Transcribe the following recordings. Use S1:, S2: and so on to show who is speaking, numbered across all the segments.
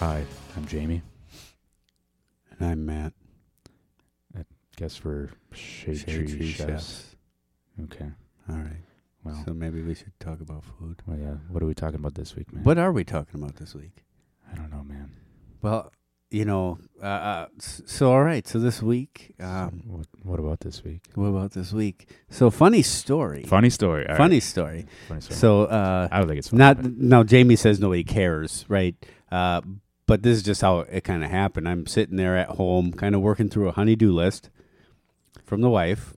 S1: Hi, I'm Jamie.
S2: And I'm Matt.
S1: Guess we're shade,
S2: Shade
S1: tree,
S2: Tree
S1: chefs.
S2: Chefs.
S1: Okay.
S2: All right.
S1: Well,
S2: So maybe we should talk about food.
S1: well, yeah. What are we talking about this week, man?
S2: What are we talking about this week?
S1: I don't know, man.
S2: Well, you know, uh, uh, s- so all right. So this week, um,
S1: what, what about this week?
S2: what about this week? So funny story.
S1: Funny story. all right.
S2: Funny story.
S1: Funny story.
S2: So uh,
S1: I don't think it's funny,
S2: not
S1: but
S2: now. Jamie says nobody cares, right? Uh, but this is just how it kind of happened. I'm sitting there at home, kind of working through a honeydew list from the wife,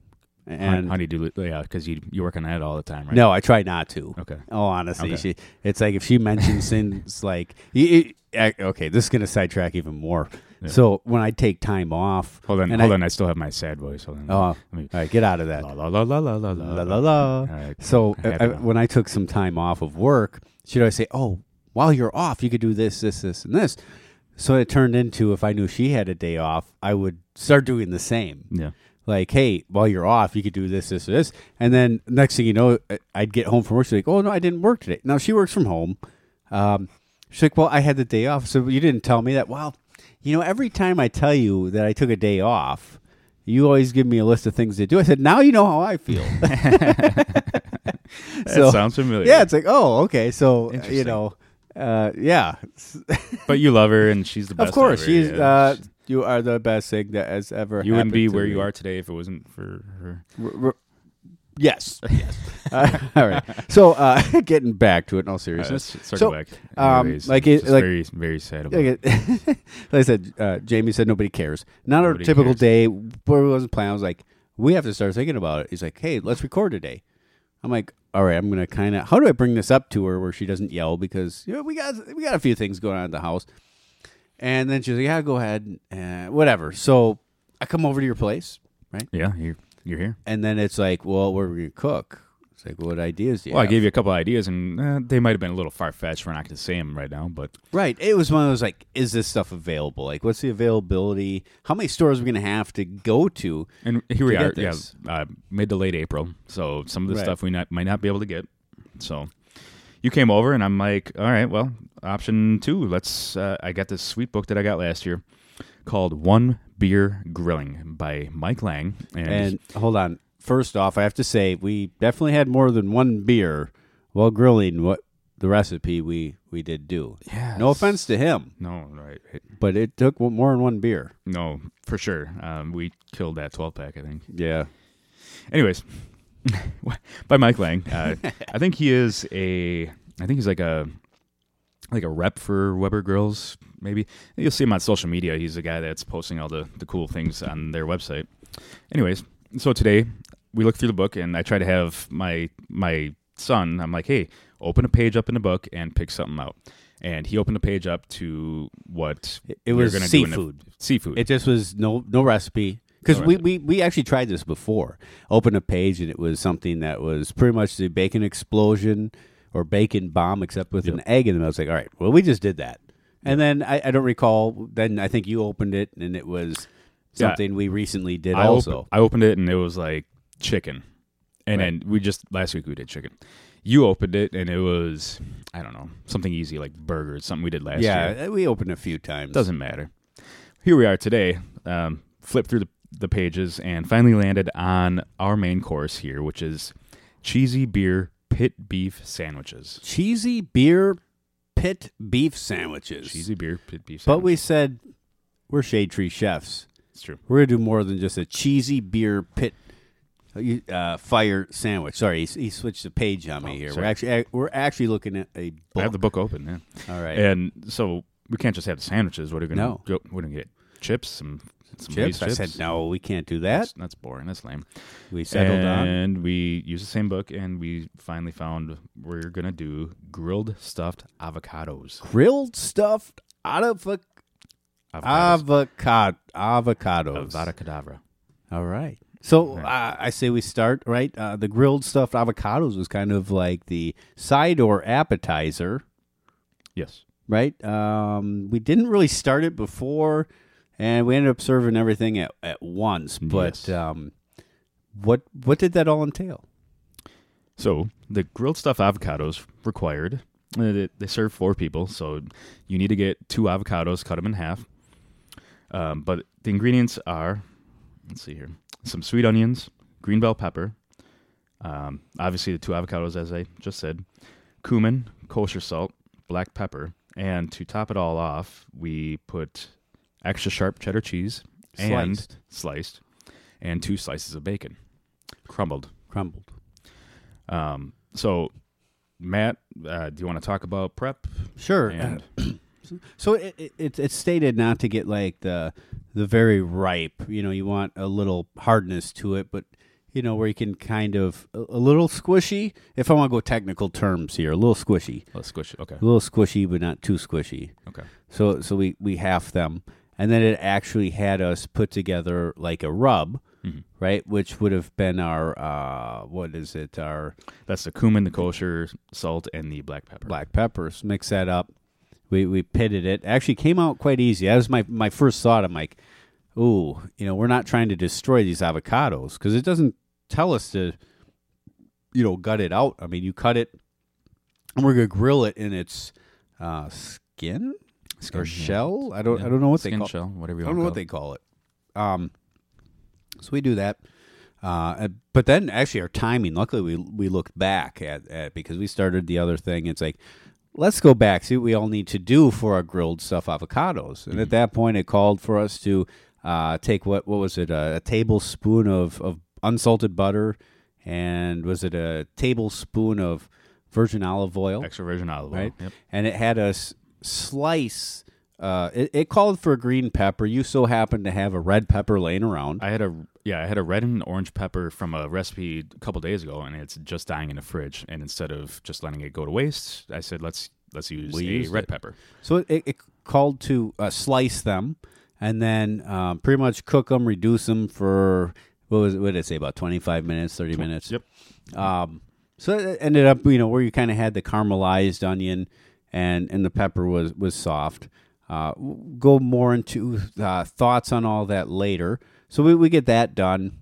S1: Hon-
S2: and
S1: honey do yeah, because you you work on that all the time, right?
S2: no, I try not to.
S1: Okay.
S2: Oh, honestly,
S1: Okay.
S2: she it's like if she mentions things like y y- I- okay, this is gonna sidetrack even more.
S1: Yeah.
S2: So when I take time off,
S1: Hold on.
S2: And
S1: hold
S2: I-
S1: on. I still have my sad voice. Hold on.
S2: oh, all
S1: Let me-
S2: right, get out of that.
S1: Mm-hmm. La la la la la la
S2: La, la, la.
S1: All right.
S2: So
S1: I had
S2: I-
S1: to laugh.
S2: when I took some time off of work, she'd always say, "Oh, while you're off, you could do this, this, this, and this." So it turned into if I knew she had a day off, I would start doing the same.
S1: Yeah.
S2: Like, hey, while you're off, you could do this, this, this, and then next thing you know, I- I'd get home from work. She's like, "Oh no, I didn't work today." Now she works from home. Um, she's like, "Well, I had the day off, so you didn't tell me that." Well, you know, every time I tell you that I took a day off, you always give me a list of things to do. I said, "Now you know how I feel."
S1: That
S2: So-
S1: sounds familiar.
S2: yeah, it's like, oh, okay, so uh, you
S1: Interesting.
S2: know, uh, yeah, S-
S1: But you love her, and she's the best.
S2: of course,
S1: ever,
S2: she's
S1: yeah.
S2: uh, you are the best thing that has ever.
S1: you wouldn't
S2: happened
S1: be
S2: to
S1: where you
S2: me.
S1: are today if it wasn't for her.
S2: R- r- yes, yes. Uh, all right. So uh, getting back to it, in all seriousness,
S1: Let's circle
S2: So,
S1: back.
S2: um,
S1: Anyways,
S2: like
S1: it's
S2: it-
S1: just
S2: like-
S1: very very sad. About
S2: like, it- like I said, uh, Jamie said nobody cares. Not
S1: Nobody
S2: our typical
S1: cares.
S2: day where it wasn't planned. I was like, we have to start thinking about it. He's like, hey, let's record today. I'm like, all right, I'm gonna kind of. How do I bring this up to her where she doesn't yell because you know we got we got a few things going on at the house. And then she's like, yeah, go ahead, and whatever. So I come over to your place,
S1: Yeah, you're you're here.
S2: and then it's like, well, what are we gonna cook? It's like, what ideas do you
S1: Well, I
S2: have?
S1: gave you a couple ideas, and uh, they might have been a little far fetched. We're not going to say them right now, but
S2: Right. It was one of those like, is this stuff available? Like, what's the availability? How many stores are we going to have to go to?
S1: and here we
S2: To
S1: are.
S2: get
S1: Yeah,
S2: this.
S1: uh, mid to late April, so some of the
S2: Right.
S1: stuff we not, might not be able to get. So you came over, and I'm like, all right, well, option two. Let's. Uh, I got this sweet book that I got last year called One Beer Grilling by Mike Lang, and,
S2: And hold on. First off, I have to say we definitely had more than one beer while grilling. What the recipe we we did do.
S1: yeah,
S2: No offense to him,
S1: no, right, right.
S2: but it took one- more than one beer.
S1: no, for sure. Um, we killed that twelve pack, I think.
S2: Yeah.
S1: Anyways, by Mike Lang. Uh, I think he is a. I think he's like a like a rep for Weber Grills. Maybe you'll see him on social media. He's the guy that's posting all the the cool things on their website. Anyways, so today we looked through the book, and I try to have my my son. I'm like, hey, open a page up in the book and pick something out. And he opened a page up to what
S2: It, it
S1: we were
S2: was
S1: gonna do in the-
S2: seafood.
S1: seafood.
S2: It just was no no recipe because
S1: No
S2: we,
S1: recipe.
S2: we we actually tried this before. Opened a page and it was something that was pretty much the bacon explosion or bacon bomb, except with an egg in it. I was like, all right, well, we just did that. And then I, I don't recall. Then I think you opened it and it was
S1: Yeah.
S2: something we recently did
S1: I op-
S2: also.
S1: I opened it and it was like chicken. And then we just last week we did chicken. You opened it and it was I don't know, something easy like burgers, something we did last year.
S2: yeah, we opened a few times.
S1: Doesn't matter. Here we are today. Um, flipped through the, the pages and finally landed on our main course here, which is cheesy beer pit beef sandwiches.
S2: cheesy beer pit beef sandwiches.
S1: Cheesy beer pit beef
S2: But
S1: sandwiches.
S2: we said we're shade tree chefs.
S1: it's true.
S2: We're gonna do more than just a cheesy beer pit uh, fire sandwich. Sorry, he, he switched the page on me
S1: Oh,
S2: here.
S1: sorry.
S2: We're actually uh, we're actually looking at a
S1: I have
S2: book.
S1: the book open, yeah.
S2: All right,
S1: And so we can't just have the sandwiches. What are we gonna
S2: No.
S1: go we're gonna get chips, some some Lay's
S2: chips. I said no, we can't do that.
S1: That's, that's boring. That's lame.
S2: We settled on
S1: and we used the same book, and we finally found we're gonna do grilled stuffed avocados.
S2: grilled stuffed out of a
S1: Avocados.
S2: avocado avocados.
S1: Avada Kedavra.
S2: All right. So uh, I say we start right. Uh, the grilled stuffed avocados was kind of like the side or appetizer.
S1: Yes.
S2: right? Um, we didn't really start it before, and we ended up serving everything at, at once. But
S1: Yes.
S2: um, what what did that all entail?
S1: So the grilled stuffed avocados required Uh, They, they serve four people, so you need to get two avocados, cut them in half. Um, but the ingredients are, let's see here, some sweet onions, green bell pepper, um, obviously the two avocados as I just said, cumin, kosher salt, black pepper, and to top it all off, we put extra sharp cheddar cheese and
S2: Sliced.
S1: sliced, and two slices of bacon, crumbled.
S2: crumbled.
S1: Um, so, Matt, uh, do you want to talk about prep?
S2: Sure.
S1: And
S2: So it, it, it's it's stated not to get like the the very ripe. You know, you want a little hardness to it, but you know where you can kind of a, a little squishy. If I want to go technical terms here, a little squishy,
S1: let's squish it. Okay.
S2: a little squishy, but not too squishy.
S1: Okay.
S2: So so we we half them, and then it actually had us put together like a rub,
S1: Mhm.
S2: right? Which would have been our uh, what is it? Our
S1: That's the cumin, the kosher salt, and the black pepper.
S2: black peppers. Mix that up. We we pitted it. Actually, came out quite easy. That was my my first thought. I'm like, ooh, you know, we're not trying to destroy these avocados because it doesn't tell us to, you know, gut it out. I mean, you cut it, and we're gonna grill it in its uh, skin,
S1: Skin,
S2: or
S1: yeah.
S2: shell. I don't
S1: Yeah.
S2: I don't know what they
S1: Skin
S2: call.
S1: shell, whatever you
S2: I
S1: want
S2: don't know what
S1: to
S2: they call it. Um, so we do that. Uh, and- but then actually our timing. Luckily, we we looked back at, at because we started the other thing. It's like let's go back see what we all need to do for our grilled stuff avocados. And at that point, it called for us to uh, take what what was it a, a tablespoon of of unsalted butter and was it a tablespoon of virgin olive oil?
S1: call extra virgin olive oil.
S2: Right.
S1: Yep.
S2: and it had us slice. Uh, it, it called for a green pepper. You so happened to have a red pepper laying around.
S1: I had a yeah, I had a red and orange pepper from a recipe a couple days ago, and it's just dying in the fridge. And instead of just letting it go to waste, I said let's let's use
S2: We
S1: a
S2: used
S1: red
S2: it.
S1: pepper.
S2: So it, it, it called to uh, slice them and then um, pretty much cook them, reduce them for what was what did it say about twenty five minutes, thirty minutes.
S1: Yep.
S2: Um, so it ended up, you know, where you kind of had the caramelized onion, and and the pepper was was soft. Uh, w- go more into uh, thoughts on all that later. So we, we get that done.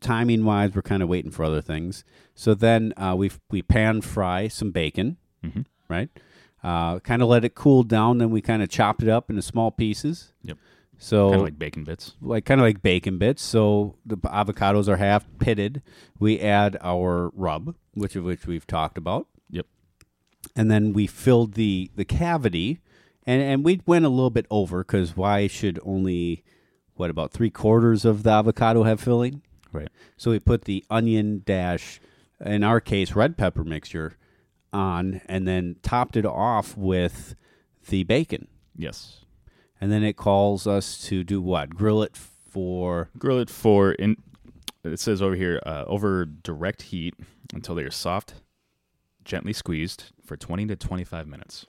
S2: Timing wise, we're kind of waiting for other things. So then uh, we we pan fry some bacon,
S1: Mhm.
S2: right? Uh, kind of let it cool down. Then we kind of chopped it up into small pieces.
S1: Yep.
S2: So
S1: Kind of like bacon bits.
S2: like kind of like bacon bits. So the p- avocados are half pitted. We add our rub, which of which we've talked about,
S1: Yep.
S2: and then we filled the the cavity, and and we went a little bit over because why should only what about three quarters of the avocado have filling?
S1: Right.
S2: So we put the onion dash, in our case, red pepper mixture on, and then topped it off with the bacon.
S1: Yes.
S2: And then it calls us to do what? Grill it for
S1: Grill it for in. It says over here uh, over direct heat until they are soft, gently squeezed for twenty to twenty five minutes.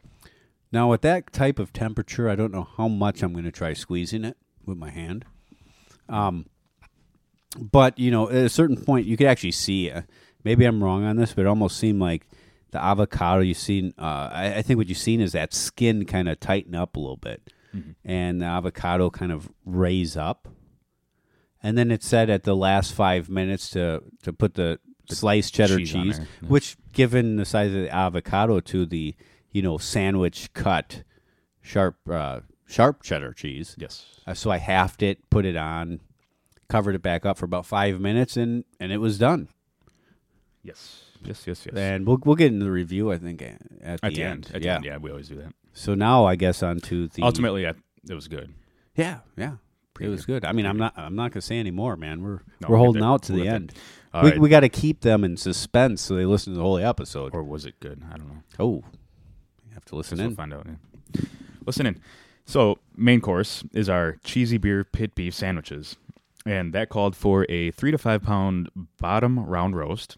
S2: Now, at that type of temperature, I don't know how much I'm going to try squeezing it with my hand. Um, but you know, at a certain point, you could actually see. Uh, maybe I'm wrong on this, but it almost seemed like the avocado you've seen. Uh, I, I think what you've seen is that skin kind of tighten up a little bit,
S1: Mm-hmm.
S2: and the avocado kind of raise up. And then it said at the last five minutes to to put the sliced cheddar cheese,
S1: cheese on there, yeah.
S2: which, given the size of the avocado to the you know sandwich cut sharp uh, sharp cheddar cheese,
S1: Yes.
S2: uh, so I halved it, put it on, covered it back up for about five minutes, and and it was done.
S1: Yes. Yes. Yes. Yes.
S2: And we'll we'll get into the review, I think, a- at the,
S1: at the end. At the
S2: yeah.
S1: end, yeah, we always do that.
S2: So now I guess on to the
S1: Ultimately, I, it was good.
S2: Yeah, yeah. It was good. I mean, I'm not. I'm not gonna say any more, man. We're
S1: No,
S2: we're
S1: we'll get
S2: holding
S1: there.
S2: out to
S1: We'll
S2: the
S1: get there.
S2: end.
S1: All
S2: we
S1: right.
S2: we got to keep them in suspense so they listen to the whole episode.
S1: or was it good? I don't know.
S2: oh, you have to listen
S1: Guess we'll
S2: in.
S1: find out. yeah. Listen in. So, main course is our cheesy beer pit beef sandwiches, and that called for a three to five pound bottom round roast,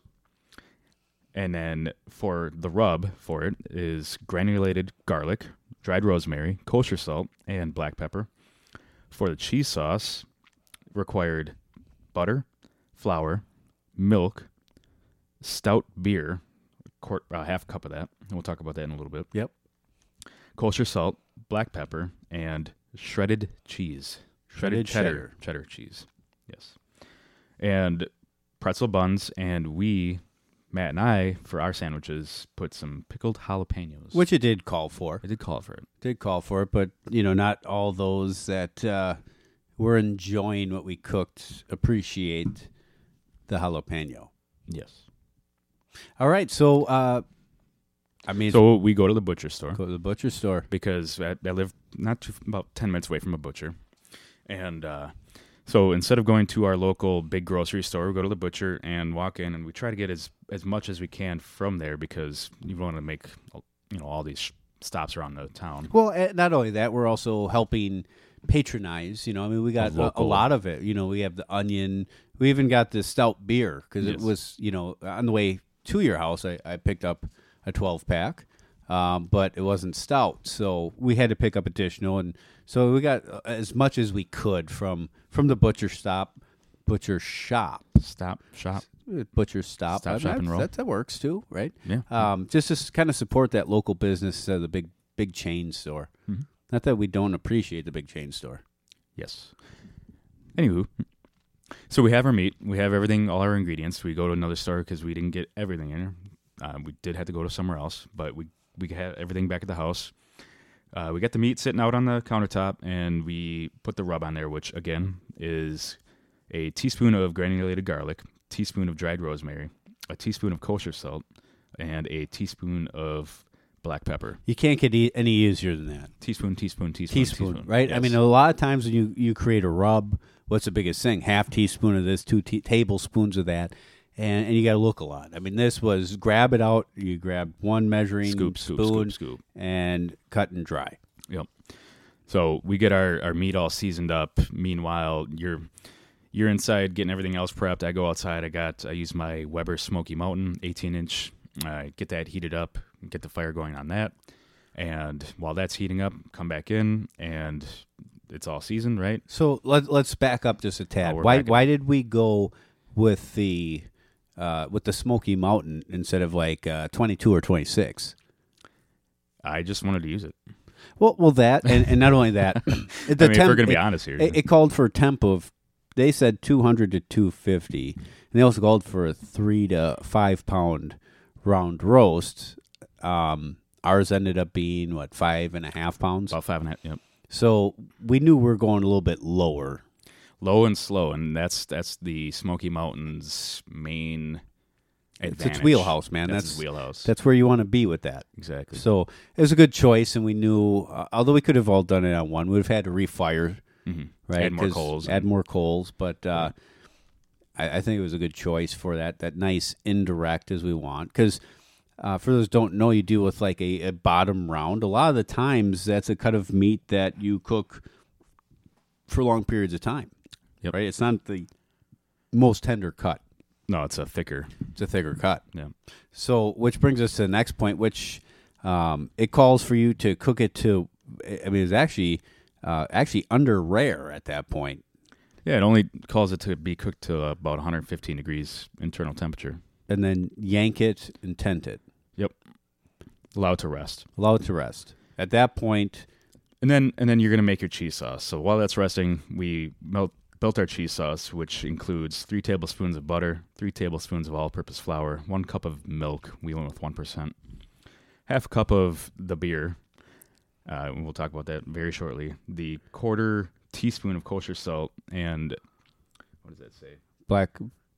S1: and then for the rub for it is granulated garlic, dried rosemary, kosher salt, and black pepper. For the cheese sauce, required butter, flour, milk, stout beer, quart, uh, half cup of that. And we'll talk about that in a little bit
S2: Yep.
S1: kosher salt, black pepper, and shredded cheese.
S2: Shredded
S1: Shredded, cheddar, cheddar cheese. Yes. And pretzel buns and we Matt and I, for our sandwiches, put some pickled jalapenos.
S2: which it did call for.
S1: I did call for it.
S2: did call for it, but you know, not all those that uh, were enjoying what we cooked appreciate the jalapeno.
S1: Yes.
S2: All right, so uh, I mean,
S1: So we go to the butcher store
S2: go to the butcher store.
S1: because I, I live not too, about 10 minutes away from a butcher. And uh, so instead of going to our local big grocery store, we go to the butcher and walk in and we try to get as, as much as we can from there because you want to make you know all these sh- stops around the town.
S2: Well, eh, not only that, we're also helping patronize. You know, I mean, we got a, a
S1: local-
S2: lot of it. You know, we have the onion. We even got the stout beer because it
S1: Yes.
S2: was, you know, on the way to your house, I, I picked up a 12 pack, um, but it wasn't stout, so we had to pick up additional, and so we got uh, as much as we could from from the butcher stop, butcher shop,
S1: Stop, shop.
S2: butcher stop.
S1: Stop, shop, and roll.
S2: That, that works too, right?
S1: Yeah.
S2: um, just to kind of support that local business, uh, the big big chain store.
S1: Mm-hmm.
S2: Not that we don't appreciate the big chain store.
S1: Yes. Anywho, so we have our meat, we have everything, all our ingredients. We go to another store because we didn't get everything in. Uh, we did have to go to somewhere else, but we we had everything back at the house. Uh, we got the meat sitting out on the countertop, and we put the rub on there, which again is a teaspoon of granulated garlic, teaspoon of dried rosemary, a teaspoon of kosher salt, and a teaspoon of black pepper.
S2: You can't get e- any easier than that.
S1: Teaspoon, teaspoon, teaspoon,
S2: Teaspoon, right? I mean, a lot of times when you you create a rub, what's the biggest thing? Half teaspoon of this, two te- tablespoons of that, and and you got to look a lot. I mean, this was grab it out. You grab one measuring
S1: scoop, scoop, scoop,
S2: spoon
S1: scoop.
S2: and cut and dry.
S1: Yep. So we get our, our meat all seasoned up. Meanwhile, you're you're inside getting everything else prepped. I go outside. I got I use my Weber Smoky Mountain 18 inch. I get that heated up. Get the fire going on that. And while that's heating up, come back in and it's all seasoned, right?
S2: So let, let's back up just a tad.
S1: Oh, we're
S2: why
S1: backing
S2: why did we go with the uh, with the Smoky Mountain instead of like uh, twenty two or twenty six?
S1: I just wanted to use it.
S2: Well, well that and, and not only that, the
S1: I mean, if we're gonna be
S2: it,
S1: honest here,
S2: it, it called for a temp of they said two hundred to two fifty, and they also called for a three to five pound round roast. Um, ours ended up being what five and a half pounds.
S1: about five and a half. Yep.
S2: So we knew we were going a little bit lower.
S1: Low and slow, and that's that's the Smoky Mountains main.
S2: It's
S1: advantage.
S2: its wheelhouse, man.
S1: That's,
S2: That's
S1: his wheelhouse.
S2: That's where you want to be with that.
S1: exactly.
S2: So it was a good choice, and we knew, uh, although we could have all done it on one, we would have had to refire,
S1: Mhm.
S2: right?
S1: Add more
S2: 'Cause-
S1: coals
S2: Add more coals, but uh, I, I think it was a good choice for that, that nice indirect as we want. Because uh, for those who don't know, you deal with like a, a bottom round. A lot of the times, that's a cut of meat that you cook for long periods of time,
S1: Yep.
S2: right? It's not the most tender cut,
S1: No, it's a thicker.
S2: it's a thicker cut.
S1: Yeah.
S2: So, which brings us to the next point, which um, it calls for you to cook it to. I mean, it's actually uh, actually under rare at that point.
S1: Yeah, it only calls it to be cooked to about 115 degrees internal temperature.
S2: and then yank it and tent it.
S1: Allowed to rest.
S2: Allow it to rest. At that point,
S1: And then and then you're going to make your cheese sauce. So while that's resting, we melt built our cheese sauce, which includes 3 tablespoons of butter, 3 tablespoons of all-purpose flour, 1 cup of milk, we went with 1%, half a cup of the beer. Uh, and we'll talk about that very shortly. The quarter teaspoon of kosher salt and what does that say?
S2: black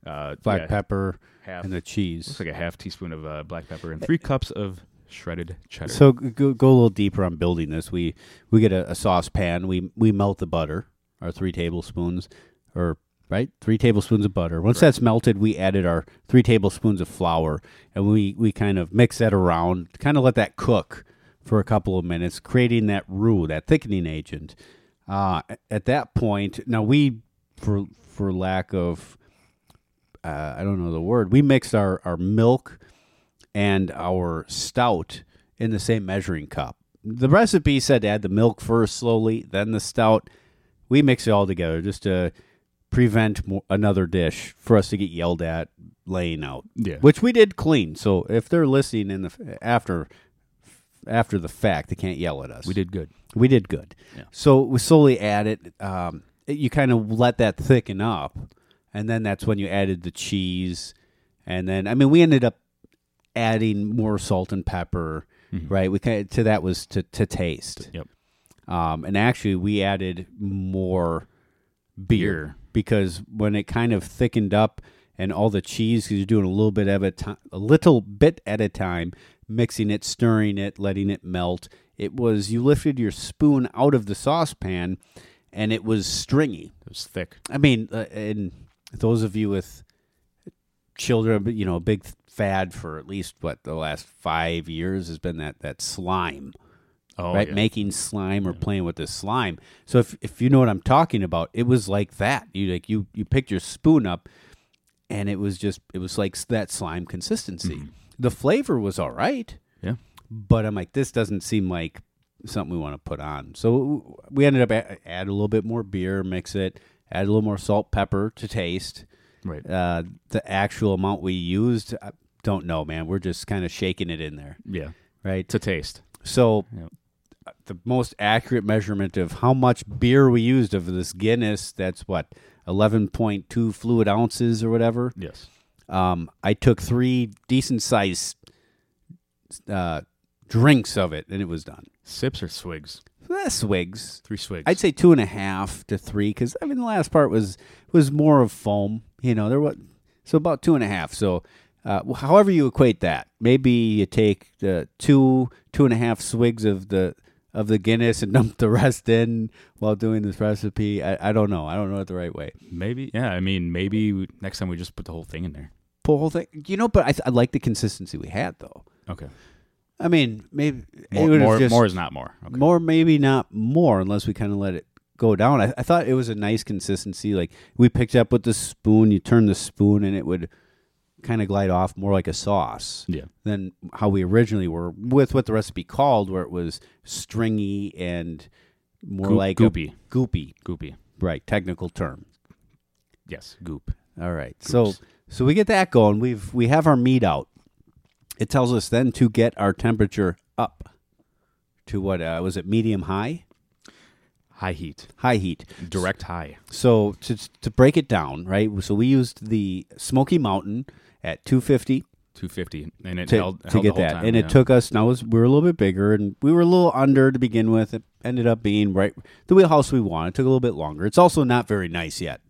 S1: Uh,
S2: black
S1: yeah,
S2: pepper
S1: half
S2: and the cheese.
S1: Looks like a half teaspoon of uh, black pepper and three cups of shredded cheddar.
S2: So g- go, go a little deeper on building this. We we get a, a saucepan. We we melt the butter, our three tablespoons, or right three tablespoons of butter. Once that's melted, we added our three tablespoons of flour, and we we kind of mix that around, kind of let that cook for a couple of minutes, creating that roux, that thickening agent. Uh, at that point, now we for for lack of uh, I don't know the word. We mixed our, our milk and our stout in the same measuring cup. The recipe said to add the milk first slowly, then the stout. We mix it all together just to prevent mo- another dish for us to get yelled at laying out,
S1: yeah,
S2: which we did clean. So if they're listening in the f- after after the fact, they can't yell at us.
S1: we did good.
S2: We did good.
S1: Yeah.
S2: So we slowly added. Um, it- you kind of let that thicken up, and then that's when you added the cheese, and then I mean we ended up adding more salt and pepper, right? We kind to that was to to taste.
S1: Yep.
S2: Um, and actually, we added more beer,
S1: Beer.
S2: because when it kind of thickened up and all the cheese, because you're doing a little bit of a time, a little bit at a time, mixing it, stirring it, letting it melt. It was you lifted your spoon out of the saucepan, and it was stringy.
S1: It was thick.
S2: I mean, uh, and those of you with children, but, you know, a big fad for at least what the last five years has been that that slime,
S1: Oh,
S2: right?
S1: yeah.
S2: Making slime or playing with the slime. So if if you know what I'm talking about, it was like that. You like you you picked your spoon up, and it was just it was like s- that slime consistency. The flavor was all right,
S1: Mm-hmm. yeah.
S2: but I'm like this doesn't seem like something we want to put on. So we ended up a- add a little bit more beer, mix it, add a little more salt, pepper to taste
S1: Right.
S2: uh, the actual amount we used, I don't know, man. We're just kind of shaking it in there,
S1: Yeah.
S2: right?
S1: To taste.
S2: So,
S1: Yeah.
S2: uh, the most accurate measurement of how much beer we used of this Guinness, that's what, 11.2 fluid ounces or whatever.
S1: Yes.
S2: Um, I took three decent sized uh, drinks of it and it was done.
S1: Sips or swigs?
S2: That's swigs.
S1: Three swigs.
S2: I'd say two and a half to three because I mean the last part was was more of foam. You know there was so about two and a half. So uh, wh- however you equate that, maybe you take the two two and a half swigs of the of the Guinness and dump the rest in while doing this recipe. I, I don't know. I don't know it the right way.
S1: maybe. Yeah. I mean, maybe we, next time we just put the whole thing in there.
S2: Pull whole thing. You know, but I, th- I like the consistency we had though.
S1: Okay.
S2: I mean, maybe it
S1: More,
S2: would've
S1: more,
S2: just- Mm,
S1: more is not more. Okay.
S2: More, maybe not more, unless we kind of let it go down. I, I thought it was a nice consistency. Like we picked up with the spoon, you turn the spoon, and it would kind of glide off more like a sauce
S1: Yeah.
S2: than how we originally were with what the recipe called, where it was stringy and more
S1: Goop-
S2: like
S1: goopy.
S2: A goopy,
S1: Goopy.
S2: right? Technical term.
S1: Yes. Goop.
S2: All right.
S1: Groups.
S2: So so we get that going. We've we have our meat out. It tells us then to get our temperature up to what uh, was it medium high?
S1: High heat.
S2: High heat.
S1: Direct high.
S2: So to to break it down, right? So we used the Smoky Mountain at 250
S1: Two fifty, and it
S2: to,
S1: held,
S2: to
S1: held
S2: get
S1: the whole
S2: that,
S1: time,
S2: and
S1: yeah.
S2: it took us. Now it was, we were a little bit bigger, and we were a little under to begin with. It ended up being right the wheelhouse we wanted. It took a little bit longer. It's also not very nice yet.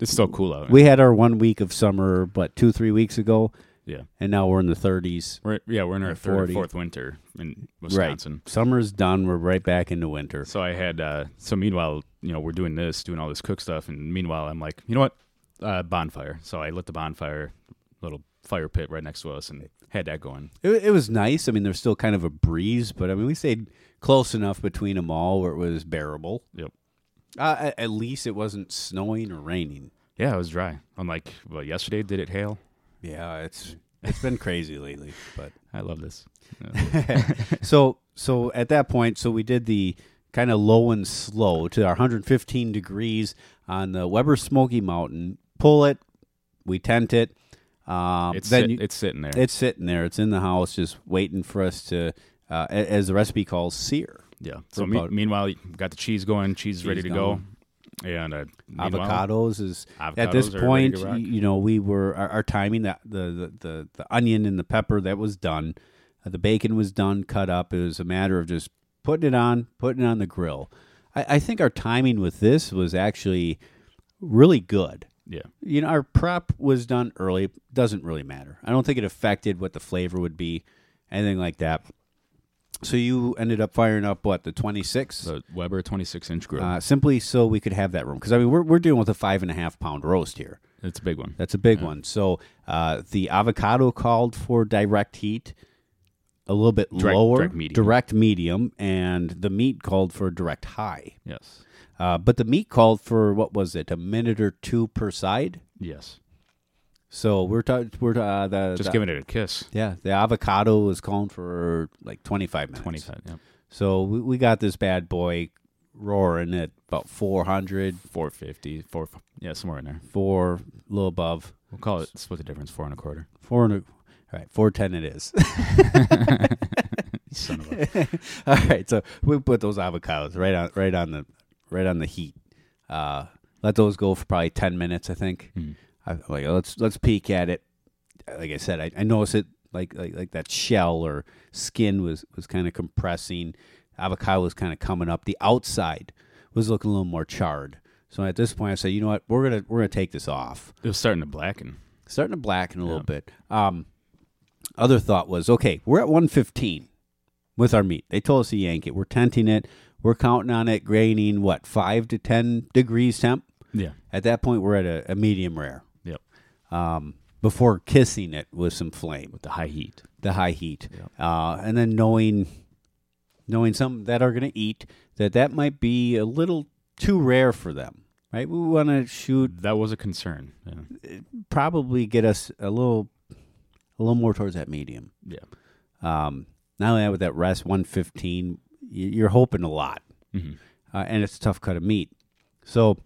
S1: It's still cool out.
S2: We had our one week of summer, but two three weeks ago,
S1: yeah,
S2: and now we're in the 30s.
S1: we're yeah we're in our third
S2: 40.
S1: or fourth winter in Wisconsin.
S2: Right, summer's done. We're right back into winter.
S1: So I had uh, so meanwhile you know we're doing this doing all this cook stuff, and meanwhile I'm like you know what uh, bonfire. So I lit the bonfire, little fire pit right next to us, and had that going.
S2: It, it was nice. I mean, there's still kind of a breeze, but I mean, we stayed close enough between them all where it was bearable.
S1: Yep.
S2: Uh, at, at least it wasn't snowing or raining.
S1: Yeah, it was dry. Unlike well yesterday, did it hail?
S2: Yeah, it's it's been crazy lately. But
S1: I love this.
S2: so so at that point, so we did the kind of low and slow to our 115 degrees on the Weber Smoky Mountain. Pull it, we tent it. Um,
S1: It's
S2: then
S1: sit-
S2: you,
S1: it's sitting there.
S2: it's sitting there. It's in the house, just waiting for us to, uh, a- as the recipe calls, sear.
S1: yeah. So
S2: for
S1: me-
S2: about-
S1: meanwhile, you got the cheese going, cheese, ready to go, and uh, meanwhile-
S2: avocados is at
S1: Avocados
S2: this
S1: are ready
S2: point
S1: to
S2: y-
S1: rock.
S2: you know we were our, our timing that the, the the the onion and the pepper that was done Uh, the bacon was done cut up it was a matter of just putting it on putting it on the grill I, I think our timing with this was actually really good
S1: Yeah.
S2: you know our prep was done early doesn't really matter i don't think it affected what the flavor would be anything like that so you ended up firing up what the 26th
S1: The Weber 26 inch grill.
S2: uh, simply so we could have that room. Because I mean, we're we're dealing with a five and a half pound roast here.
S1: it's a big one.
S2: That's a big one. So uh, the avocado called for direct heat, a little bit
S1: Direct-
S2: lower,
S1: direct medium.
S2: direct medium, and the meat called for direct high.
S1: Yes.
S2: Uh, but the meat called for what was it? A minute or two per side.
S1: Yes.
S2: So we're ta- we're ta- uh, the
S1: Just
S2: the-
S1: giving it a kiss.
S2: yeah the avocado was calling for like twenty five minutes.
S1: 25, yeah.
S2: So we, we got this bad boy roaring at about 400,
S1: 450, four, yeah, somewhere in there.
S2: four, a little above.
S1: We'll call it, split the difference, four and a quarter.
S2: Four and a, all right, four ten it is.
S1: Son of a.
S2: all right, so we put those avocados right on, right on the, right on the heat. Uh, let those go for probably
S1: Hmm.
S2: ten minutes, I think. I, like let's let's peek at it. Like I said, I, I noticed it like like like that shell or skin was was kind of compressing. Avocado was kind of coming up. The outside was looking a little more charred. So at this point, I said, you know what, we're gonna we're gonna take this off.
S1: It was starting to blacken.
S2: Starting to blacken a little bit. Um, other thought was, okay, we're at 115 with our meat. They told us to yank it. We're tenting it. We're counting on it graining what five to ten degrees temp.
S1: Yeah.
S2: At that point, we're at a, a medium rare.
S1: Yep.
S2: Um, before kissing it with some flame,
S1: With the high heat.
S2: the high heat, uh, and then knowing, knowing some that are going to eat that that might be a little too rare for them. Right? We want to shoot
S1: That was a concern. Yeah.
S2: probably get us a little, a little more towards that medium.
S1: yeah.
S2: Um, not only that, with that rest 115, y- you're hoping a lot,
S1: Mhm.
S2: uh, and it's a tough cut of meat. So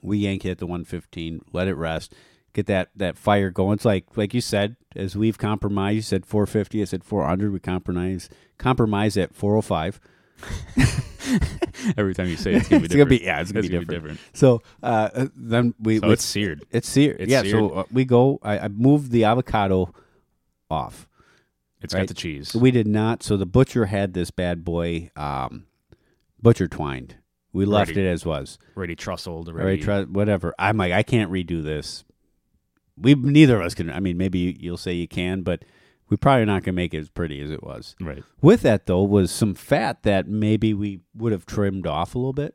S2: we yank it at the 115, let it rest, get that that fire going. It's like like you said, as we've compromised. You said 450, I said 400. We compromise compromise at 405.
S1: Every time you say it, it's gonna be
S2: It's gonna
S1: different.
S2: be yeah, it's gonna be different. So uh, uh, then we
S1: So
S2: we-
S1: it's seared.
S2: it's seared.
S1: it's
S2: yeah, so
S1: seared.
S2: uh, we go. I, I moved the avocado off.
S1: It's
S2: Right.
S1: got the cheese.
S2: We did not. So the butcher had this bad boy um, butcher twined. We left
S1: Ready.
S2: it as was.
S1: Already trustled.
S2: All right,
S1: Already.
S2: try whatever. I'm like, I can't redo this. We neither of us can. I mean, maybe you- you'll say you can, but we probably not gonna make it as pretty as it was.
S1: right.
S2: With that though, was some fat that maybe we would have trimmed off a little bit.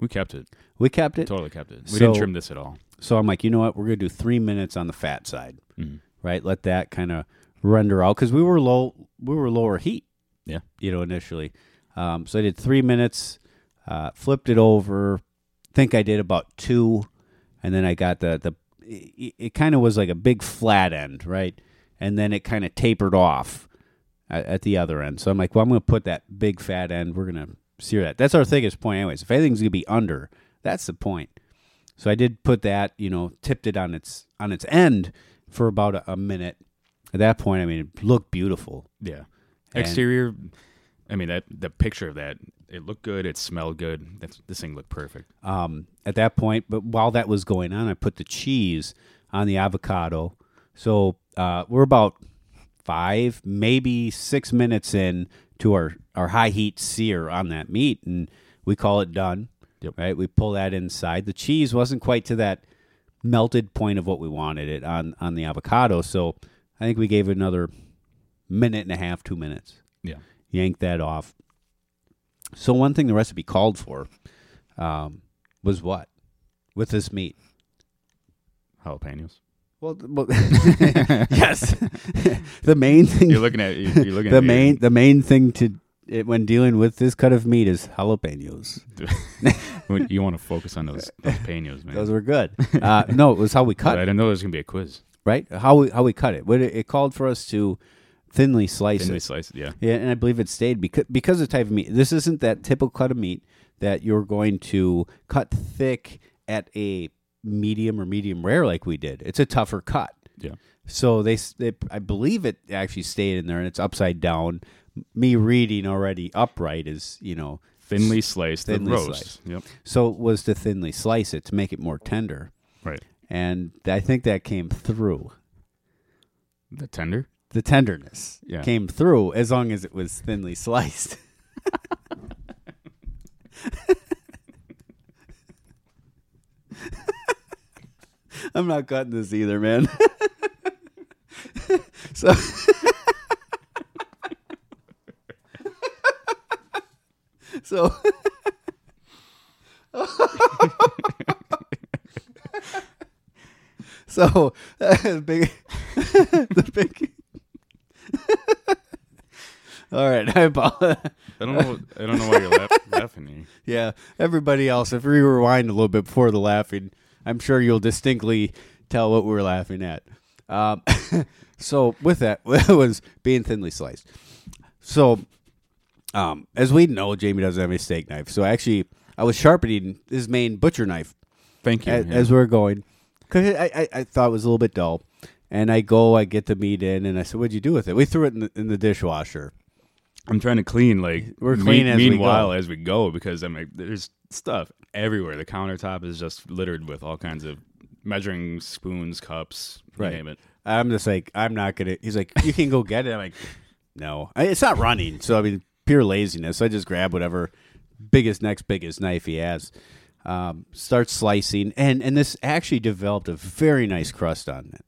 S1: We kept it.
S2: We kept it.
S1: Totally kept it. We
S2: So-
S1: didn't trim this at all.
S2: So I'm like, you know what? We're gonna do three minutes on the fat side,
S1: Mhm.
S2: right? Let that kind of render out because we were low, we were lower heat,
S1: Yeah.
S2: you know, initially. Um, so I did three minutes, uh, flipped it over. Think I did about two, and then I got the the. It, it kind of was like a big flat end, right? And then it kind of tapered off at, at the other end. So I'm like, well, I'm gonna put that big fat end. We're gonna sear that. That's our thickest point, anyways. If anything's gonna be under, that's the point. So I did put that, you know, tipped it on its on its end for about a, a minute. At that point, I mean, it looked beautiful.
S1: Yeah.
S2: And-
S1: Exterior. I mean that the picture of that. It looked good. It smelled good. That's, this thing looked perfect.
S2: um, at that point. But while that was going on, I put the cheese on the avocado. So uh, we're about five, maybe six minutes in to our, our high heat sear on that meat, and we call it done.
S1: Yep.
S2: Right, we pull that inside. The cheese wasn't quite to that melted point of what we wanted it on on the avocado. So I think we gave it another minute and a half, two minutes
S1: Yeah.
S2: yank that off. So one thing the recipe called for um, was what with this meat.
S1: Jalapenos.
S2: Well, th- well yes, the main thing,
S1: You're looking at. You're, you're looking
S2: the
S1: at me.
S2: main, the main thing to it, when dealing with this cut of meat is jalapenos.
S1: When you want to focus on those, those jalapenos, man.
S2: Those were good. Uh, no, it was how we
S1: But
S2: cut
S1: I
S2: it,
S1: didn't know there was gonna be a quiz.
S2: right? How we how we cut it. What it, it called for us to thinly slice
S1: Thinly
S2: it.
S1: sliced. Yeah.
S2: Yeah, and I believe it stayed because because of the type of meat. This isn't that typical cut of meat that you're going to cut thick at a medium or medium rare like we did. It's a tougher cut.
S1: Yeah.
S2: So they, s- they I believe it actually stayed in there, and it's upside down. Me reading already upright is you know
S1: Thinly sliced. the
S2: Thinly
S1: roast.
S2: sliced.
S1: Yep.
S2: so it was to thinly slice it to make it more tender,
S1: Right.
S2: and I think that came through.
S1: The tender.
S2: The tenderness
S1: Yeah.
S2: came through as long as it was thinly sliced. I'm not cutting this either, man. so So So the big the big All right, I apologize.
S1: I don't know. I don't know why you're laugh, laughing. Here.
S2: Yeah, everybody else, if we rewind a little bit before the laughing, I'm sure you'll distinctly tell what we were laughing at. Um, so with that, it was being thinly sliced. So, um, as we know, Jamie doesn't have a steak knife. So actually, I was sharpening his main butcher knife
S1: Thank you.
S2: as,
S1: yeah.
S2: as we were going because I, I, I thought it was a little bit dull. And I go, I get the meat in, and I said, "What'd you do with it?" We threw it in the, in the dishwasher.
S1: I'm trying to clean like
S2: We're
S1: me-
S2: clean as we
S1: meanwhile
S2: go.
S1: as we go because I'm like there's stuff everywhere. The countertop is just littered with all kinds of measuring spoons, cups, you
S2: Right.
S1: name it.
S2: I'm just like, I'm not gonna. He's like, you can go get it. I'm like, no, I, it's not running. So I mean, pure laziness. I just grab whatever biggest next biggest knife he has. Um, start slicing, and and this actually developed a very nice crust on it.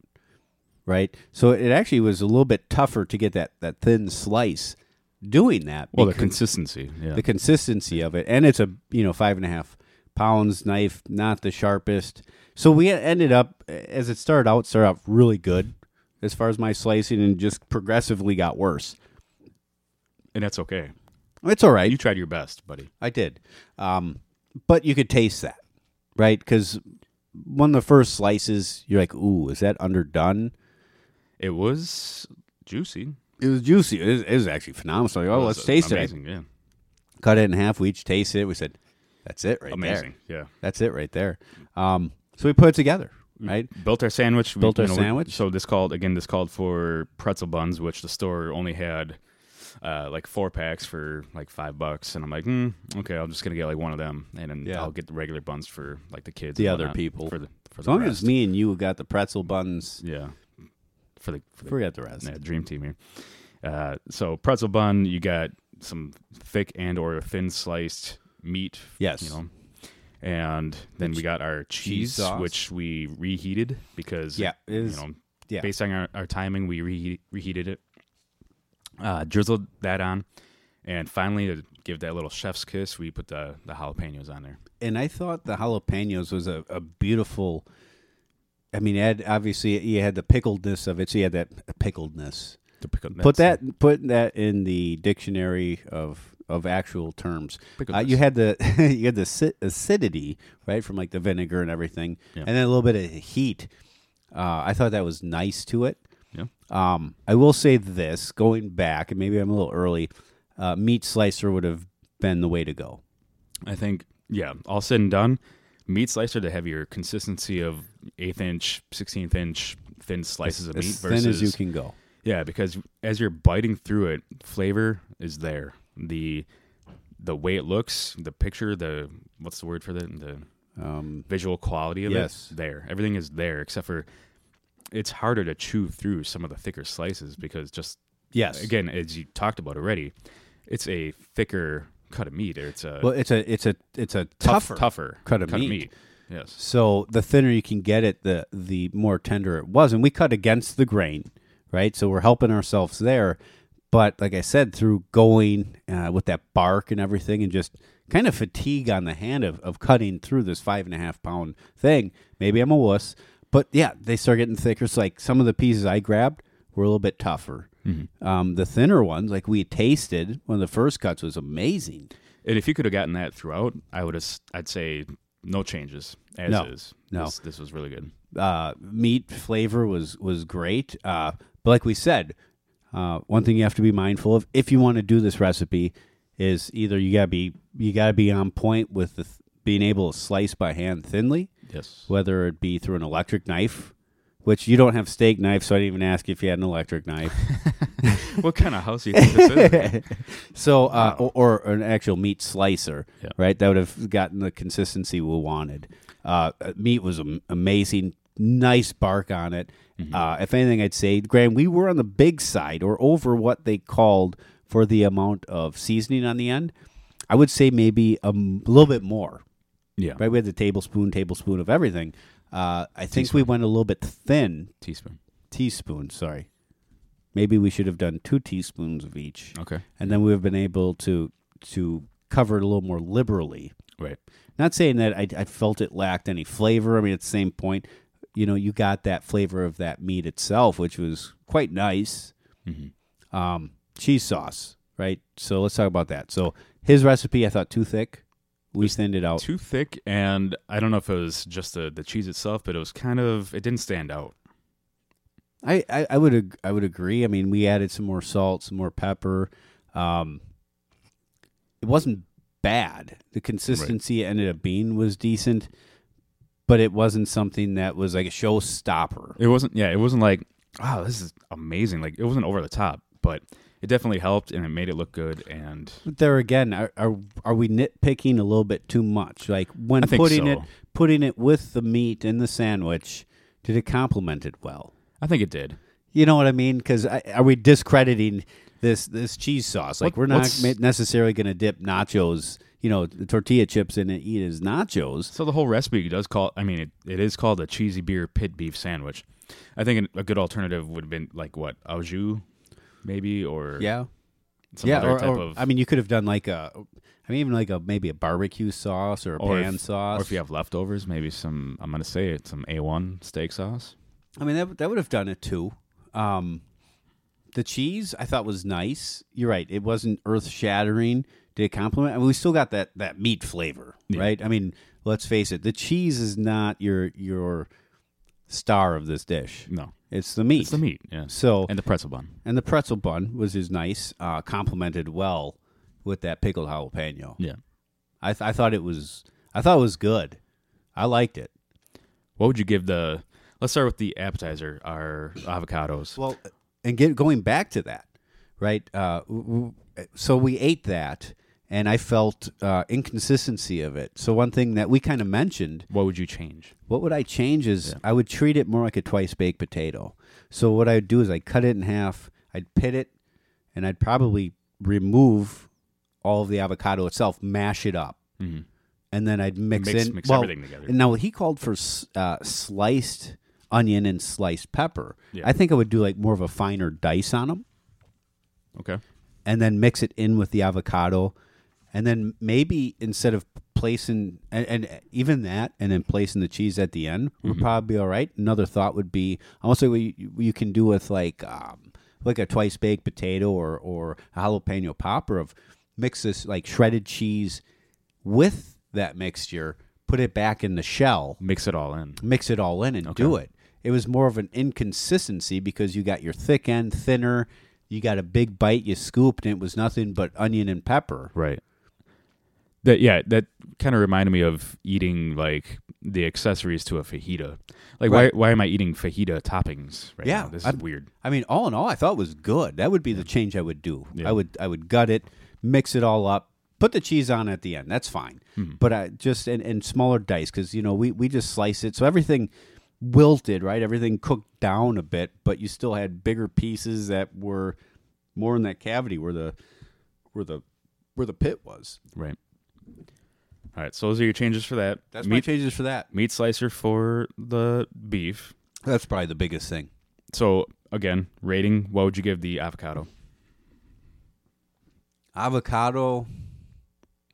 S2: Right, so it actually was a little bit tougher to get that that thin slice. Doing that,
S1: Well, the
S2: because-
S1: consistency. Yeah.
S2: the consistency of it, and it's a you know five and a half pounds knife, not the sharpest. So we ended up as it started out, started out really good as far as my slicing, and just progressively got worse.
S1: and that's okay.
S2: It's all right.
S1: You tried your best, buddy.
S2: I did. Um, but you could taste that, right? Because one of the first slices, you're like, "Ooh, is that underdone?"
S1: It was juicy.
S2: It was juicy. It was, it was actually phenomenal. So, like, oh, let's taste it.
S1: amazing, it. Amazing.
S2: I cut it in half. We each tasted it. We said, "That's it, right
S1: Yeah.
S2: there."
S1: Amazing. Yeah.
S2: That's it right there. Um, so we put it together,
S1: Mm.
S2: right?
S1: Built our sandwich. we-
S2: Built our
S1: you we-
S2: sandwich.
S1: So this called again. This called for pretzel buns, which the store only had uh, like four packs for like five bucks. And I'm like, mm, okay, I'm just gonna get like one of them, and then
S2: Yeah.
S1: I'll get the regular buns for like the kids,
S2: The
S1: and
S2: other
S1: whatnot,
S2: people.
S1: for the for
S2: As
S1: the
S2: long
S1: rest.
S2: as me and you got the pretzel buns,
S1: yeah, for the for the
S2: forget the rest.
S1: yeah, dream team here. Uh, so pretzel bun, you got some thick and or thin sliced meat.
S2: Yes.
S1: you know, and then we got our cheese,
S2: sauce.
S1: which we reheated because
S2: Yeah, it
S1: you
S2: is-
S1: know,
S2: yeah.
S1: based on our, our timing, we reheat, reheated it, uh, drizzled that on, and finally to give that little chef's kiss, we put the the jalapenos on there.
S2: And I thought the jalapenos was a, a beautiful. I mean, it had, obviously you had the pickledness of it, so you had that pickledness.
S1: To pick up
S2: put that put that in the dictionary of of actual terms. Uh,
S1: Pickledness.
S2: you had the you had the aci- acidity right from like the vinegar and everything,
S1: Yeah.
S2: and then a little bit of heat. Uh, I thought that was nice to it.
S1: Yeah.
S2: Um, I will say this: going back, and maybe I'm a little early. Uh, meat slicer would have been the way to go.
S1: I think, yeah, all said and done, meat slicer to have your consistency of eighth inch, sixteenth inch thin slices of
S2: as
S1: meat
S2: thin
S1: versus
S2: as you can go.
S1: yeah, because as you're biting through it, flavor is there. The the way it looks, the picture, the what's the word for that? The
S2: Um,
S1: visual quality of
S2: Yes.
S1: it, there. Everything is there except for it's harder to chew through some of the thicker slices because just
S2: yes.
S1: again, as you talked about already, it's a thicker cut of meat or it's a
S2: Well, it's a it's a it's a
S1: tough-
S2: tougher.
S1: tougher
S2: cut of meat.
S1: Yes.
S2: So the thinner you can get it, the the more tender it was. And we cut against the grain, right? So we're helping ourselves there. But like I said, through going uh, with that bark and everything, and just kind of fatigue on the hand of, of cutting through this five and a half pound thing. Maybe I'm a wuss, but yeah, they start getting thicker. So like some of the pieces I grabbed were a little bit tougher. Um, the thinner ones, like we tasted, one of the first cuts was amazing.
S1: And if you could have gotten that throughout, I would have. s- I'd say no changes as
S2: No,
S1: is.
S2: no.
S1: this, this was really good.
S2: uh, meat flavor was was great. Uh, but like we said, uh, one thing you have to be mindful of if you want to do this recipe is either you gotta be you gotta be on point with the th- being able to slice by hand thinly,
S1: Yes.
S2: whether it be through an electric knife, which you don't have steak knife, so I didn't even ask if you had an electric knife.
S1: what kind of house do you think this is? man?
S2: so uh, or, or an actual meat slicer,
S1: Yeah.
S2: right? That would have gotten the consistency we wanted. Uh, meat was am- amazing, nice bark on it. Uh, if anything, I'd say Graham, we were on the big side or over what they called for the amount of seasoning on the end. I would say maybe a m- little bit more,
S1: Yeah.
S2: right? We had the tablespoon, tablespoon of everything. Uh, I think we went a little bit thin,
S1: Teaspoon.
S2: teaspoon. Sorry, maybe we should have done two teaspoons of each
S1: Okay.
S2: and then we've been able to to cover it a little more liberally.
S1: Right.
S2: Not saying that I, I felt it lacked any flavor. I mean, at the same point, you know, you got that flavor of that meat itself, which was quite nice. Um, cheese sauce, right? So let's talk about that. So his recipe, I thought too thick. We thinned it out.
S1: Too thick, and I don't know if it was just the the cheese itself, but it was kind of. It didn't stand out.
S2: I, I, I would ag- I would agree. I mean, we added some more salt, some more pepper. Um, it wasn't bad. The consistency it ended up being was decent, but it wasn't something that was like a showstopper.
S1: It wasn't. Yeah. It wasn't like. Wow, this is amazing. Like it wasn't over the top, but it definitely helped, and it made it look good. And
S2: But there again, are, are are we nitpicking a little bit too much? Like when
S1: I think
S2: putting
S1: so.
S2: it putting it with the meat in the sandwich, did it complement it well?
S1: I think it did.
S2: You know what I mean? Because are we discrediting this this cheese sauce? Like
S1: What-
S2: we're not
S1: what's-
S2: ma- necessarily going to dip nachos, you know, tortilla chips in and eat as nachos.
S1: So the whole recipe does call. I mean, it, it is called a cheesy beer pit beef sandwich. I think an, a good alternative would have been like what au jus, maybe, or
S2: Yeah,
S1: some
S2: yeah.
S1: other
S2: or-
S1: type
S2: or-
S1: of.
S2: I mean, you could have done like a, I mean, even like a maybe a barbecue sauce or a
S1: or
S2: pan
S1: if,
S2: sauce.
S1: or if you have leftovers, maybe some. I'm gonna say it, some A1 steak sauce.
S2: I mean, that that would have done it too. Um, the cheese I thought was nice. You're right; it wasn't earth shattering. Did it compliment? I mean, we still got that that meat flavor, right? I mean, let's face it: the cheese is not your your star of this dish.
S1: No,
S2: It's the meat.
S1: it's the meat. Yeah,
S2: So and,
S1: and the pretzel bun.
S2: the pretzel bun was is nice, uh, complemented well with that pickled jalapeno.
S1: Yeah.
S2: I th- I thought it was I thought it was good. I liked it.
S1: What would you give the? Let's start with the appetizer. Our avocados.
S2: Well, uh, and get going back to that, right? Uh, w- w- so we ate that, and I felt uh, inconsistency of it. So one thing that we kind of mentioned,
S1: what would you change?
S2: what would I change is I would treat it more like a twice baked potato. So what I would do is I cut it in half, I'd pit it, and I'd probably remove all of the avocado itself, mash it up. And then I'd mix,
S1: Mm-hmm. Mix-
S2: in
S1: mix
S2: well,
S1: everything together.
S2: Now he called for s- uh, sliced onion and sliced pepper.
S1: Yeah.
S2: I think I would do like more of a finer dice on them,
S1: Okay.
S2: and then mix it in with the avocado, and then maybe instead of placing and, and even that, and then placing the cheese at the end would probably be all right. Another thought would be almost like what you, what you can do with like um, like a twice baked potato or or a jalapeno popper of mix this like shredded cheese with that mixture, put it back in the shell
S1: Mix it all in.
S2: mix it all in and do it. It was more of an inconsistency because you got your thick end thinner, you got a big bite, you scooped, and it was nothing but onion and pepper.
S1: Right. That yeah, that kind of reminded me of eating like the accessories to a fajita. Like
S2: Right.
S1: why why am I eating fajita toppings right
S2: Yeah,
S1: now? This is
S2: I'm-
S1: weird.
S2: I mean, all in all, I thought it was good. That would be the change I would do. I would I would gut it, mix it all up, put the cheese on at the end. That's fine. But I just and, and smaller dice because you know we we just slice it so everything wilted right everything cooked down a bit but you still had bigger pieces that were more in that cavity where the where the where the pit was
S1: Right. All right, so those are your changes for that.
S2: That's my
S1: meat
S2: changes for that.
S1: meat slicer for the beef.
S2: That's probably the biggest thing.
S1: So again, rating, what would you give the avocado
S2: Avocado,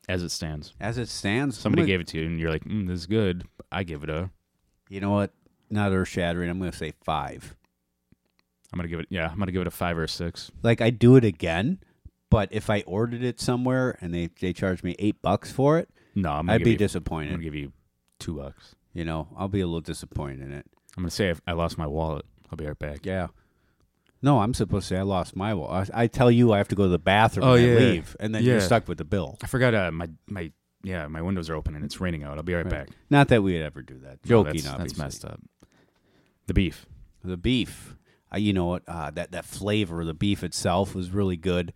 S1: as it stands?
S2: as it stands,
S1: Somebody
S2: I'm gonna-
S1: gave it to you and you're like, mm, this is good. I give it a
S2: You know what? Not earth shattering. I'm going to say five.
S1: I'm gonna give it yeah, I'm gonna give it a five or a six.
S2: Like I do it again, but if I ordered it somewhere and they they charged me eight bucks for it,
S1: No, I'm gonna
S2: I'd
S1: give
S2: be
S1: you, I'm
S2: disappointed.
S1: gonna give you two bucks.
S2: you know, I'll be a little disappointed in it.
S1: I'm gonna say I, I lost my wallet. I'll be right back.
S2: Yeah. No, I'm supposed to say I lost my wallet. I, I tell you I have to go to the bathroom.
S1: Oh,
S2: and I
S1: yeah.
S2: leave, and then you're
S1: Yeah.
S2: stuck with the bill.
S1: I forgot uh, my my yeah my windows are open and it's raining out. I'll be right, back.
S2: Not that we'd ever do that.
S1: No,
S2: Joking,
S1: that's,
S2: obviously.
S1: that's messed up. The beef.
S2: the beef. Uh, you know what? Uh, that that flavor of the beef itself was really good.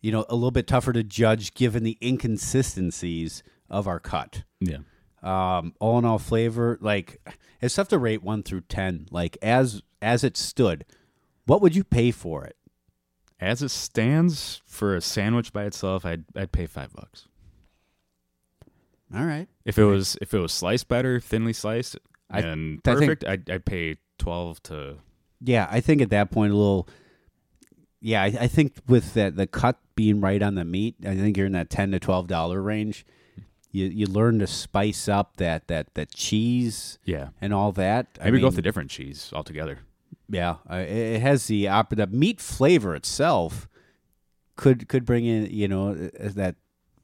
S2: You know, a little bit tougher to judge given the inconsistencies of our cut.
S1: Yeah.
S2: Um, all in all, flavor like it's tough to rate one through ten. Like as as it stood, what would you pay for it?
S1: As it stands for a sandwich by itself, I'd I'd pay five bucks.
S2: All right,
S1: If it was if it was sliced better, thinly sliced,
S2: I-
S1: and
S2: I think-
S1: perfect, I'd, I'd pay twelve to
S2: yeah, I think at that point a little. Yeah, I, I think with that the cut being right on the meat, I think you're in that ten to twelve dollar range. You you learn to spice up that that that cheese.
S1: yeah.
S2: and all that.
S1: Maybe go with a different cheese altogether.
S2: yeah. Uh, it it has the op- the meat flavor itself could could bring in you know uh, that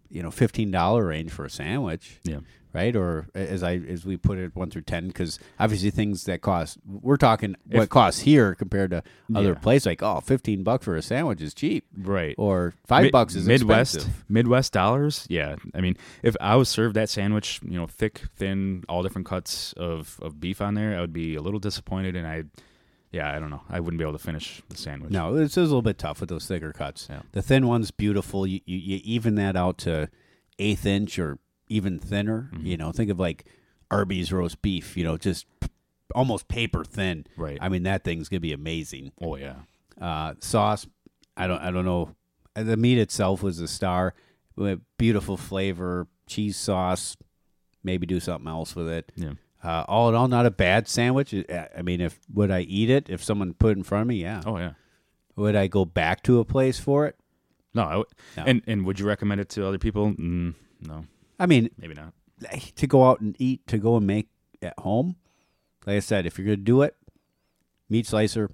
S2: you know fifteen dollar range for a sandwich,
S1: Yeah.
S2: right? Or a- as I as we put it one through ten because obviously things that cost we're talking what costs here compared to other
S1: Yeah.
S2: places like oh 15 bucks for a sandwich is cheap
S1: Right.
S2: or five
S1: Mi-
S2: bucks is
S1: Midwest
S2: expensive.
S1: Midwest dollars. Yeah, I mean, if I was served that sandwich, you know, thick, thin, all different cuts of of beef on there, I would be a little disappointed, and I, yeah, I don't know, I wouldn't be able to finish the sandwich.
S2: No, it's, it's a little bit tough with those thicker cuts.
S1: Yeah.
S2: The thin one's beautiful. You, you you even that out to eighth
S1: Mm-hmm.
S2: inch or even thinner. You know, think of like Arby's roast beef. You know, just almost paper thin.
S1: Right.
S2: I mean, that thing's gonna be amazing.
S1: Oh yeah.
S2: Uh, sauce, I don't, I don't know. Uh, The meat itself was a star. Uh, Beautiful flavor, cheese sauce. Maybe do something else with it.
S1: Yeah.
S2: Uh, all in all, not a bad sandwich. Uh, I mean, if would I eat it if someone put it in front of me? Yeah.
S1: Oh yeah.
S2: Would I go back to a place for it?
S1: No, I w-
S2: No.
S1: And and would you recommend it to other people? Mm, no,
S2: I mean,
S1: maybe not.
S2: to go out and eat, to go and make at home. Like I said, if you're going to do it, meat slicer,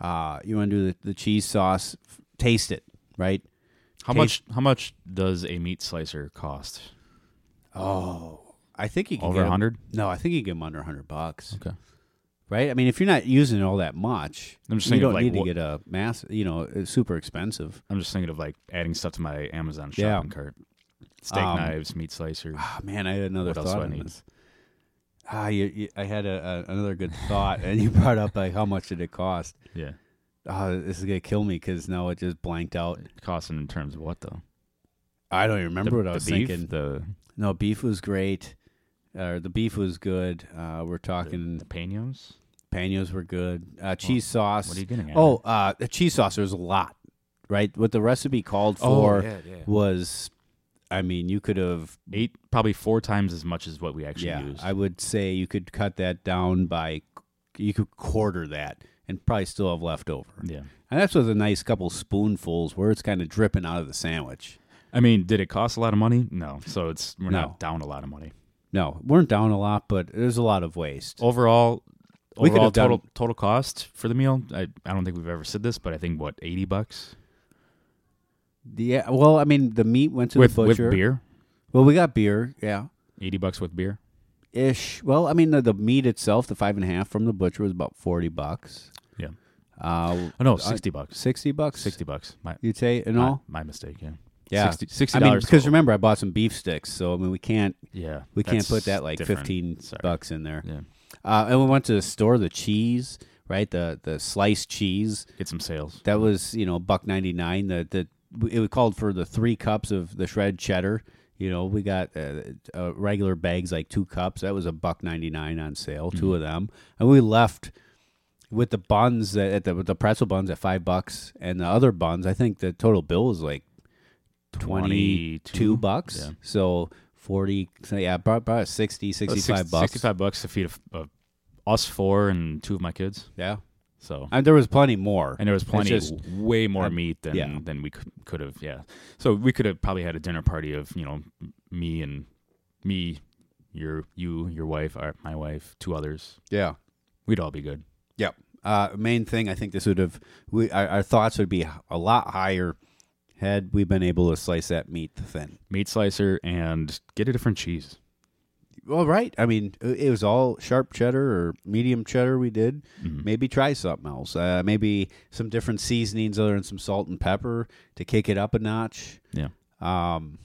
S2: uh, you want to do the, the cheese sauce, f- taste it, right?
S1: How
S2: Taste-
S1: much? How much does a meat slicer cost?
S2: Oh, I think you can
S1: Over
S2: get 'em-
S1: 100?
S2: No, I think you can get them under hundred bucks,
S1: Okay.
S2: right? I mean, if you're not using all that much,
S1: I'm just
S2: you
S1: thinking
S2: don't
S1: of, like,
S2: need to
S1: what-
S2: get a mass. You know, it's super expensive.
S1: I'm just thinking of like adding stuff to my Amazon
S2: Yeah.
S1: shopping cart. Steak
S2: Um,
S1: knives, meat slicer.
S2: Ah, man, I had another
S1: What else
S2: thought
S1: do I
S2: on
S1: need?
S2: this. Ah, you, you, I had a, a, another good thought, and you brought up like how much did it cost?
S1: Yeah.
S2: Oh, this is gonna kill me because now it just blanked out.
S1: Cost in terms of what though?
S2: I don't even remember
S1: the,
S2: what I
S1: the
S2: was
S1: beef,
S2: thinking.
S1: The,
S2: No, beef was great. Uh, the beef was good. Uh, we're talking
S1: the panos.
S2: panos were good. Uh, cheese sauce.
S1: What are you getting at?
S2: oh, uh, the cheese sauce. There's a lot, right? What the recipe called for
S1: Oh, yeah, yeah.
S2: was, I mean, you could have.
S1: eight, probably four times as much as what we actually
S2: Yeah,
S1: used.
S2: I would say you could cut that down by, you could quarter that and probably still have leftover.
S1: yeah.
S2: And that's with a nice couple spoonfuls where it's kind of dripping out of the sandwich.
S1: I mean, did it cost a lot of money? No. So it's we're
S2: No.
S1: not down a lot of money.
S2: No, weren't down a lot, but there's a lot of waste.
S1: Oh. Overall,
S2: We could
S1: overall
S2: have done-
S1: total total cost for the meal. I, I don't think we've ever said this, but I think what eighty bucks
S2: Yeah, well, I mean, the meat went to
S1: with
S2: the
S1: with
S2: butcher.
S1: beer.
S2: Well, we got beer, yeah,
S1: Eighty bucks with beer.
S2: ish. Well, I mean, the, the meat itself, the five and a half from the butcher was about forty bucks.
S1: Yeah.
S2: Uh,
S1: Oh no, sixty bucks.
S2: sixty bucks.
S1: Sixty bucks. My
S2: You'd say in
S1: my,
S2: all.
S1: my mistake. Yeah.
S2: Yeah.
S1: Sixty sixty
S2: I mean,
S1: dollars.
S2: because remember, I bought some beef sticks, so I mean, we can't
S1: yeah,
S2: we can't
S1: that's
S2: put that like
S1: different.
S2: fifteen
S1: Sorry.
S2: bucks in there.
S1: Yeah,
S2: Uh, and we went to the store, the cheese, right? The the sliced cheese.
S1: get some sales.
S2: That was you know buck ninety nine. The the it was called for the three cups of the shred cheddar. You know we got uh, uh, regular bags like two cups. That was a buck ninety nine on sale,
S1: Mm-hmm.
S2: two of them, and we left with the buns that, at the with the pretzel buns at five bucks, and the other buns. I think the total bill was like twenty
S1: 22?
S2: two bucks. Oh,
S1: Yeah.
S2: So forty, so yeah, about, about 60, 65 bucks.
S1: Sixty five bucks to feed a, a, us four and two of my kids.
S2: Yeah,
S1: So
S2: and there was plenty more.
S1: and there was plenty,
S2: just-
S1: way more meat than
S2: yeah.
S1: than we could have. Yeah, so we could have probably had a dinner party of you know m- me and me, your you, your wife, our, my wife, two others.
S2: yeah.
S1: We'd all be good.
S2: Yep. Uh, main thing I think this would have we our, our thoughts would be a lot higher had we been able to slice that meat thin.
S1: Meat slicer and get a different cheese.
S2: Well, right. I mean, it it was all sharp cheddar or medium cheddar. We did
S1: Mm-hmm.
S2: maybe try something else. Uh, maybe some different seasonings other than some salt and pepper to kick it up a notch.
S1: Yeah.
S2: Um,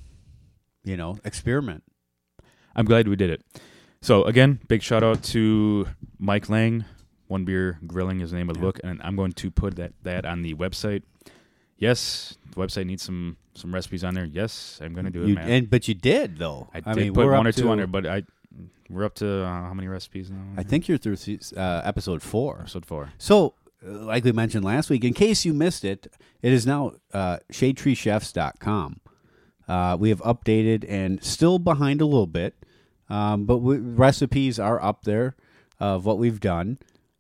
S2: you know, experiment.
S1: I'm glad we did it. So again, big shout out to Mike Lang. One beer grilling is the name of the book, and I'm going to put that that on the website. Yes, the website needs some some recipes on there. Yes, I'm going to do it,
S2: You,
S1: man.
S2: and but you did though.
S1: I, did
S2: mean,
S1: put
S2: we're
S1: one
S2: up
S1: or two
S2: to-
S1: on there, but I we're up to uh, how many recipes now?
S2: I think you're through se- uh, episode four.
S1: Episode four.
S2: So, uh, like we mentioned last week, in case you missed it, it is now uh, shadetreechefs.com. Uh, we have updated and still behind a little bit, um, but we, recipes are up there of what we've done.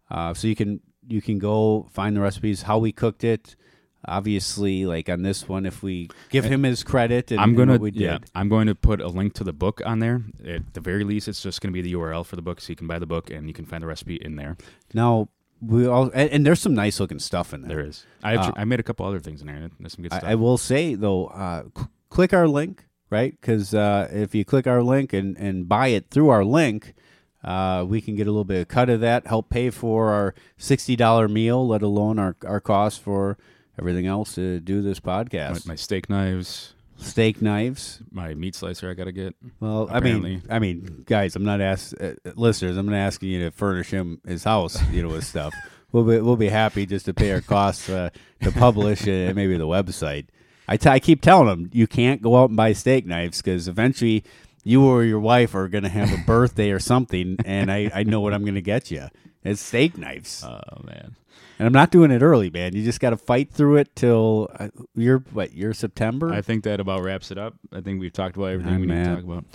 S2: Uh, so you can you can go find the recipes, how we cooked it. Obviously, like on this one, if we give him his credit, and,
S1: I'm
S2: and
S1: gonna
S2: what we did.
S1: yeah. I'm going to put a link to the book on there. At the very least, it's just going to be the URL for the book, so you can buy the book and you can find the recipe in there.
S2: Now we all and, and there's some nice looking stuff in there.
S1: There is. I actually, I made a couple other things in there. There's some good stuff.
S2: Uh, I, I will say though, uh, c- click our link, right? Because uh, if you click our link and, and buy it through our link, uh, we can get a little bit of cut of that, help pay for our sixty dollar meal, let alone our our cost for everything else to do this
S1: my,
S2: podcast.
S1: my steak knives,
S2: Steak knives.
S1: my meat slicer. I gotta get.
S2: Well,
S1: Apparently.
S2: I mean, I mean, guys, I'm not ask uh, listeners. I'm not asking you to furnish him his house, you know, with stuff. We'll be we'll be happy just to pay our costs uh, to publish uh, and maybe the website. I, t- I keep telling them you can't go out and buy steak knives because eventually you or your wife are going to have a birthday or something, and I, I know what I'm going to get you. It's steak knives,
S1: Oh man.
S2: and I'm not doing it early, man. You just got to fight through it till uh, you're what you're September.
S1: I think that about wraps it up. I think we've talked about everything
S2: I'm
S1: we need to
S2: Matt.
S1: talk about.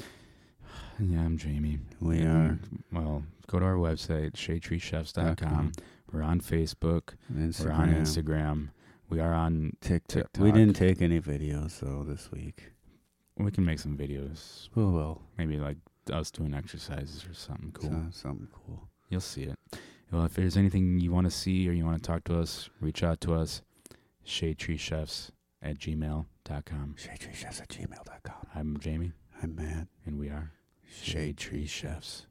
S1: Yeah, I'm Jamie.
S2: we are
S1: And, Well, go to our website, shadetreechefs.com. We're on Facebook.
S2: Mm-hmm.
S1: We're on Uh-huh. Instagram. We are on.
S2: TikTok.
S1: We
S2: We
S1: didn't
S2: didn't take any videos though this week.
S1: We can make some videos.
S2: Oh well,
S1: Maybe like us doing exercises or something cool.
S2: so- something cool.
S1: You'll see it. Well, if there's anything you want to see or you want to talk to us, reach out to us, shadetreechefs at gmail.com.
S2: ShadeTreeChefs at gmail.com.
S1: I'm Jamie,
S2: I'm Matt.
S1: and we are
S2: Shade
S1: Tree Chefs.